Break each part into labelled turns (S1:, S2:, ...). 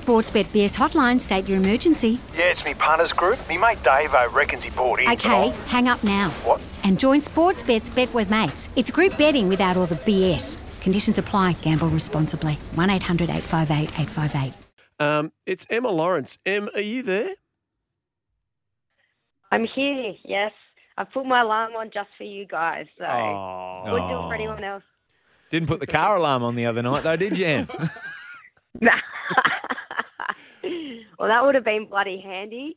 S1: Sportsbet BS hotline, state your emergency.
S2: Yeah, it's me punters group. Me mate Davo reckons he bought in.
S1: Okay,
S2: Tom.
S1: hang up now.
S2: What?
S1: And join Sportsbet's Bet with Mates. It's group betting without all the BS. Conditions apply. Gamble responsibly. 1 800 858 858.
S3: Um, it's Emma Lawrence. Em, are you there?
S4: I'm here, yes. I put my alarm on just for you guys, so
S5: Oh.
S4: wouldn't do it for anyone else.
S5: Didn't put the car alarm on the other night, though, did you? Em?
S4: well, that would have been bloody handy.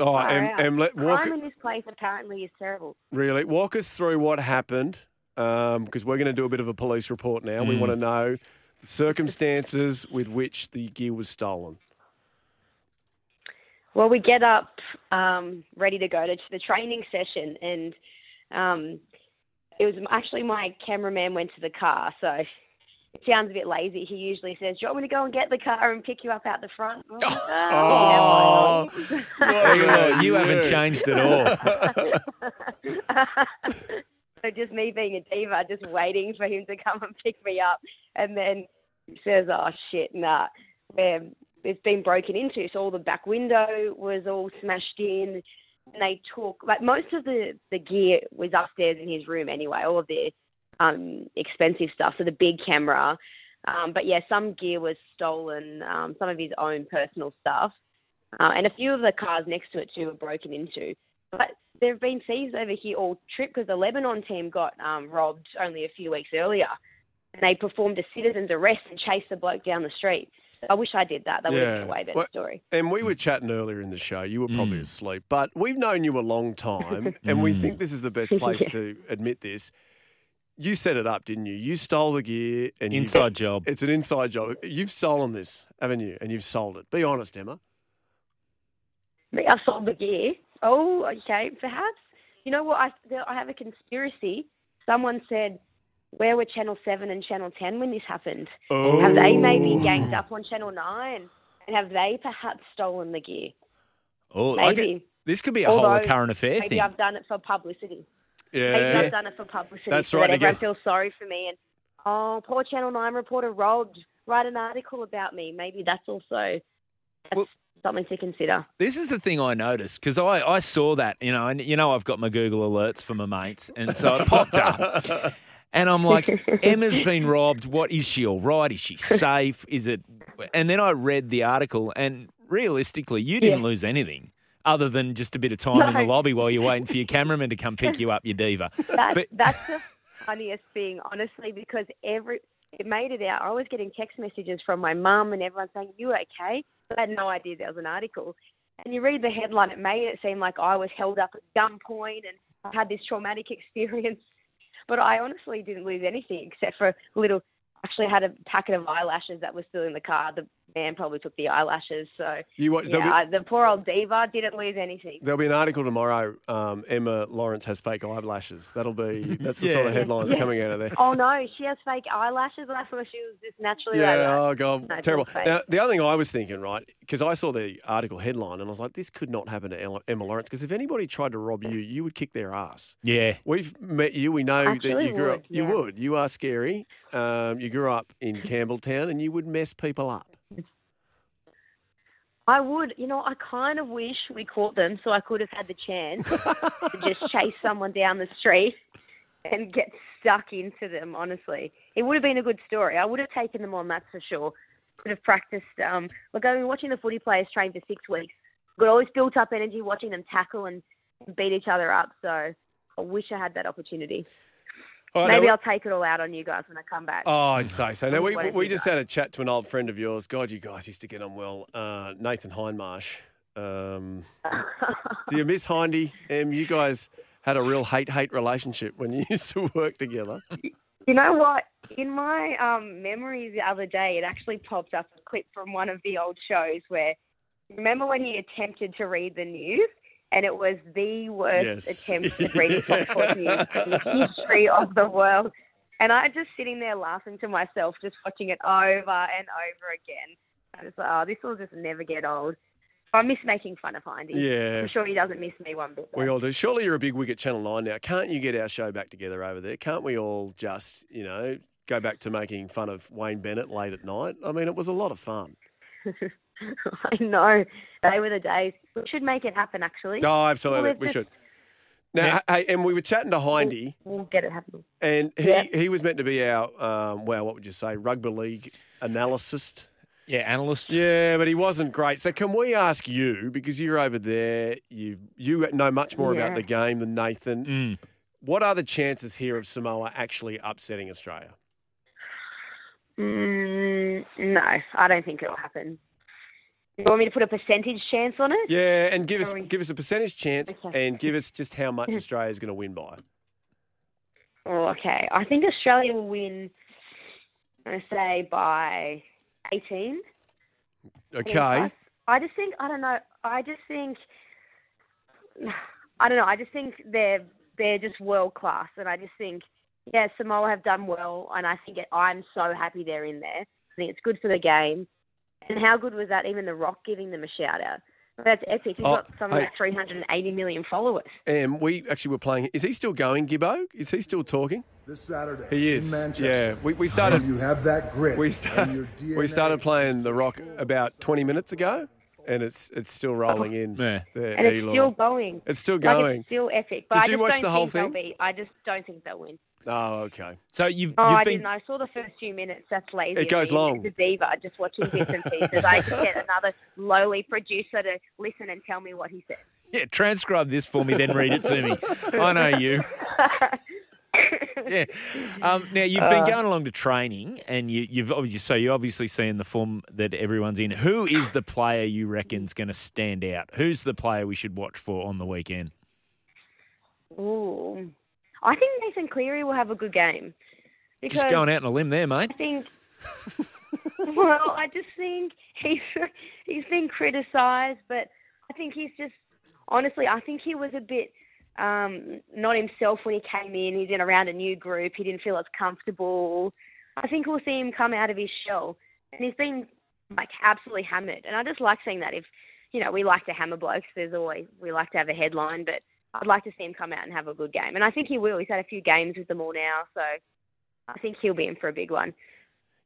S3: Oh,
S4: Far
S3: Em,
S4: out.
S3: Em let, walk,
S4: Crime in this place apparently is terrible.
S3: really, walk us through what happened because we're going to do a bit of a police report now. We want to know the circumstances with which the gear was stolen.
S4: Well, we get up um, ready to go to the training session, and um, it was actually my cameraman went to the car, so it sounds a bit lazy. He usually says, "Do you want me to go and get the car and pick you up out the front?" Well, uh,
S3: Oh,
S4: yeah, why not?
S5: Well, you haven't changed at all.
S4: so just me being a diva, just waiting for him to come and pick me up, and then he says, "Oh shit, nah, um, it's been broken into." So all the back window was all smashed in, and they took like most of the the gear was upstairs in his room anyway, all of the um, expensive stuff, so the big camera. Um, but yeah, some gear was stolen, um, some of his own personal stuff, uh, and a few of the cars next to it too were broken into. But there have been thieves over here all trip because the Lebanon team got um, robbed only a few weeks earlier, and they performed a citizen's arrest and chased the bloke down the street. I wish I did that. That would have been a way better
S3: Well,
S4: story.
S3: And we were chatting earlier in the show. You were probably asleep, but we've known you a long time, and we think this is the best place to admit this. You set it up, didn't you? You stole the gear and you-
S5: Inside job.
S3: It's an inside job. You've stolen this, haven't you? And you've sold it. Be honest, Emma.
S4: Me, I've sold the gear. Oh, okay. Perhaps. You know what? I, there- I have a conspiracy. Someone said, where were Channel 7 and Channel 10 when this happened? Have they
S3: Oh.
S4: maybe ganged up on Channel 9? And have they perhaps stolen the gear?
S5: Oh, I
S4: Maybe.
S5: could- this could be a whole
S4: Although,
S5: current affair
S4: maybe
S5: thing.
S4: I've done it for publicity. Maybe
S3: Yeah.
S4: I've done it for publicity
S3: Eh. That's
S4: so
S3: right,
S4: that everyone
S3: again.
S4: feels sorry for me. And, oh, poor Channel 9 reporter robbed. Write an article about me. Maybe that's also that's
S5: Well-
S4: something to consider.
S5: This is the thing I noticed because I, I saw that, you know, and you know, I've got my Google alerts for my mates. And so it popped up. And I'm like, Emma's been robbed. What is she all right? Is she safe? Is it? And then I read the article, and realistically, you didn't
S4: Yeah.
S5: lose anything other than just a bit of time in the
S4: No.
S5: lobby while you're waiting for your cameraman to come pick you up, your diva.
S4: That,
S5: But-
S4: that's the funniest thing, honestly, because every it made it out. I was getting text messages from my mum and everyone saying, "You okay?" But I had no idea there was an article. And you read the headline, it made it seem like I was held up at gunpoint and I had this traumatic experience. But I honestly didn't lose anything except for a little. Actually, had a packet of eyelashes that was still in the car. The man probably took the eyelashes, so
S3: You wa-
S4: yeah,
S3: there'll be-
S4: I, the poor old diva didn't lose anything.
S3: There'll be an article tomorrow. Um, Emma Lawrence has fake eyelashes. That'll be that's the sort of
S5: Yeah.
S3: headlines coming out of there.
S4: Oh no, she has fake eyelashes. I thought she was just naturally like
S3: Yeah,
S4: that.
S3: oh god,
S4: No, it's
S3: terrible.
S4: all fake.
S3: Now, the other thing I was thinking, right, because I saw the article headline and I was like, this could not happen to Ella- Emma Lawrence because if anybody tried to rob you, you would kick their ass.
S5: Yeah.
S3: We've met you. We know that
S4: Actually
S3: you grew
S4: would,
S3: up. You
S4: yeah.
S3: would. You are scary. Um, you grew up in Campbelltown and you would mess people up.
S4: I would, you know, I kind of wish we caught them so I could have had the chance to just chase someone down the street and get stuck into them, honestly. It would have been a good story. I would have taken them on, that's for sure. Could have practiced. Um, look, I've been watching the footy players train for six weeks. Got all this built up energy watching them tackle and beat each other up. So I wish I had that opportunity.
S3: All right,
S4: Maybe
S3: now-
S4: I'll take it all out on you guys when I come back.
S3: Oh, I'd say so. Now, we,
S4: Why don't
S3: we
S4: you
S3: just had a chat to an old friend of yours. God, you guys used to get on well. Uh, Nathan Hindmarsh. Um, do you miss Hindy? Um, you guys had a real hate hate relationship when you used to work together.
S4: You know what? In my um, memory the other day, it actually popped up a clip from one of the old shows where remember when he attempted to read the news, and it was the worst
S3: Yes.
S4: attempt at reading popcorn news in the history of the world. And I just sitting there laughing to myself, just watching it over and over again. I was like, oh, this will just never get old. I miss making fun of Hindy.
S3: Yeah.
S4: I'm sure he doesn't miss me one bit. though.
S3: We all do. Surely you're a big wicket Channel 9 now. Can't you get our show back together over there? Can't we all just, you know, go back to making fun of Wayne Bennett late at night? I mean, it was a lot of fun.
S4: I know. They were the days. We should make it happen, actually.
S3: No, absolutely.
S4: Well,
S3: We
S4: it's
S3: should. Now, hey, and we were chatting to Hindy,
S4: We'll get it happening.
S3: and he,
S4: Yeah.
S3: he was meant to be our, um, wow, what would you say, rugby league analyst?
S5: Yeah, analyst.
S3: Yeah, but he wasn't great. So can we ask you, because you're over there, you you know much more about
S4: Yeah.
S3: the game than Nathan.
S5: Mm.
S3: What are the chances here of Samoa actually upsetting Australia?
S4: Mm, no, I don't think it'll happen. You want me to put a percentage chance on it?
S3: Yeah, and give us
S4: Sorry.
S3: give us a percentage chance,
S4: Okay.
S3: and give us just how much Australia is going to win by.
S4: Oh, okay. I think Australia will win, I say, by 18.
S3: Okay.
S4: I just think, I don't know, I just think, I don't know, I just think they're, they're just world class. And I just think, yeah, Samoa have done well. And I think it, I'm so happy they're in there. I think it's good for the game. And how good was that, even The Rock giving them a shout out? That's epic. He's
S3: Oh,
S4: got something
S3: hey.
S4: like 380 million followers.
S3: And we actually were playing. Is he still going, Gibbo? Is he still talking?
S6: This Saturday.
S3: He
S6: In
S3: is. Yeah,
S6: Manchester.
S3: we, we started.
S6: You have that grit.
S3: We,
S6: and your
S3: start, we
S6: DNA.
S3: started playing The Rock about 20 minutes ago, and it's it's still rolling in.
S5: Yeah.
S3: there,
S4: And it's
S3: Eli.
S4: still going.
S3: It's still
S4: Like,
S3: going.
S4: it's still epic.
S3: Did
S4: But I
S3: you
S4: just
S3: watch
S4: don't
S3: the whole
S4: think they'll
S3: thing?
S4: Be, I just don't think they'll win.
S3: Oh, okay.
S5: So you've
S4: Oh,
S5: you've
S4: I
S5: been
S4: didn't. I saw the first few minutes. That's lazy.
S3: It
S4: of
S3: goes
S4: me,
S3: long.
S4: Mr. diva, just watching bits and pieces. I could get another lowly producer to listen and tell me what he said.
S5: yeah, transcribe this for me, then read it to me. I know you. yeah. Um, now you've
S4: Uh.
S5: been going along to training, and you, you've obviously so you're obviously seeing the form that everyone's in. Who is the player you reckon's going to stand out? Who's the player we should watch for on the weekend?
S4: Ooh, I think Nathan Cleary will have a good game. Because
S5: Just going out on a limb there, mate.
S4: I think. well, I just think he's he's been criticised, but I think he's just honestly, I think he was a bit um, not himself when he came in. He's in around a new group. He didn't feel as comfortable. I think we'll see him come out of his shell, and he's been like absolutely hammered. And I just like seeing that. If you know, we like to hammer blokes. There's always we like to have a headline, but I'd like to see him come out and have a good game. And I think he will. He's had a few games with them all now, so I think he'll be in for a big one.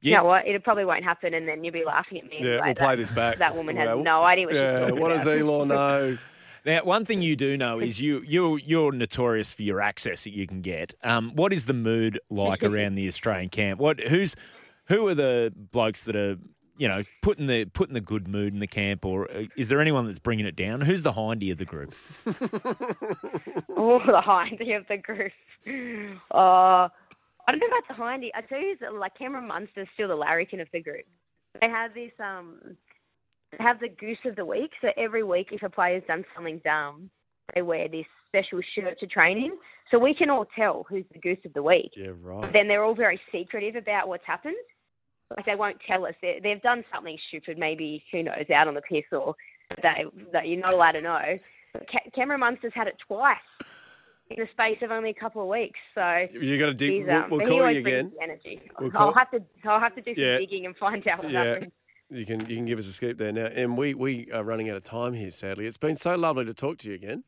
S5: Yeah.
S4: You know what? It probably won't happen, and then you'll be laughing at me. and be
S3: Yeah,
S4: like,
S3: we'll play
S4: that-
S3: this back.
S4: That woman
S3: Yeah,
S4: has
S3: we'll-
S4: no idea what she's
S3: Yeah,
S4: talking
S3: what does
S4: about.
S3: Elon know?
S5: Now, one thing you do know is you you you're notorious for your access that you can get. Um, what is the mood like around the Australian camp? What who's who are the blokes that are you know putting the putting the good mood in the camp, or uh, is there anyone that's bringing it down? Who's the hindy of the group?
S4: Oh, the hindy of the group. Uh, I don't know about the hindy. I tell you, that, like Cameron Munster's still the larrikin of the group. They have this um, they have the goose of the week. So every week, if a player's done something dumb, they wear this special shirt to training. So we can all tell who's the goose of the week.
S3: Yeah,
S4: But
S3: right.
S4: then they're all very secretive about what's happened. Like they won't tell us. They, they've done something stupid, maybe who knows, out on the piss, or they that you're not allowed to know. But Ca- Cameron Munster's had it twice in the space of only a couple of weeks. So
S3: You got to dig.
S4: he's,
S3: We'll,
S4: um,
S3: we'll
S4: but he
S3: call
S4: always
S3: you again.
S4: brings the energy.
S3: We'll
S4: I'll
S3: call-
S4: have to. I'll have to do some
S3: Yeah.
S4: digging and find out what
S3: Yeah.
S4: happened.
S3: You can you can give us a scoop there now. And we we are running out of time here. Sadly, it's been so lovely to talk to you again.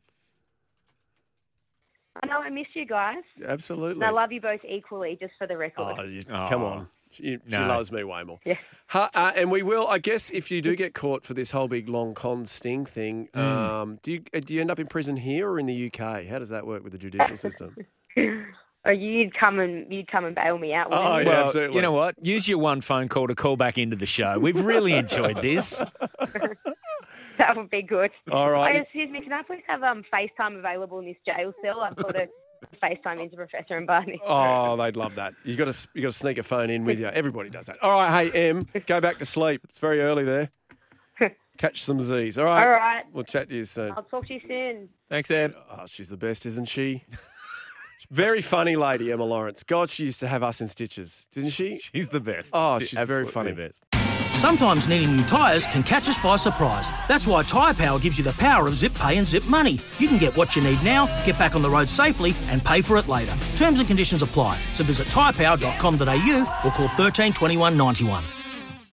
S4: I know I miss you guys. And
S3: Absolutely.
S4: I love you both equally, just for the record.
S3: Oh, you, come
S5: Aw.
S3: on. She, she
S5: No.
S3: loves me way more.
S4: Yeah.
S3: Ha, uh, and we will, I guess, if you do get caught for this whole big long con sting thing,
S5: Hmm.
S3: um, do you uh, do you end up in prison here or in the UK? How does that work with the judicial system?
S4: Or you'd come and you'd come and bail me out. wouldn't
S3: Oh,
S4: you?
S3: yeah,
S5: well,
S3: absolutely.
S5: you know what? Use your one phone call to call back into the show. We've really enjoyed this.
S4: That would be good.
S3: All right.
S4: Oh, excuse me, can I please have um, FaceTime available in this jail cell? I've got to FaceTime into Professor and Barney.
S3: Oh, they'd love that. You got to you got to sneak a phone in with you. Everybody does that. All right, hey M, go back to sleep. It's very early there. Catch some Z's. All right.
S4: All right.
S3: We'll chat to you soon.
S4: I'll talk to you soon.
S5: Thanks, Ed.
S3: Oh, she's the best, isn't she? Very funny lady, Emma Lawrence. God, she used to have us in stitches, didn't she?
S5: He's the best.
S3: Oh, she's very
S5: absolutely
S3: funny.
S5: the best.
S7: Sometimes needing new tyres can catch us by surprise. That's why Tyre Power gives you the power of zip pay and zip money. You can get what you need now, get back on the road safely, and pay for it later. Terms and conditions apply. So visit tyrepower.com.au or call 13 21 91.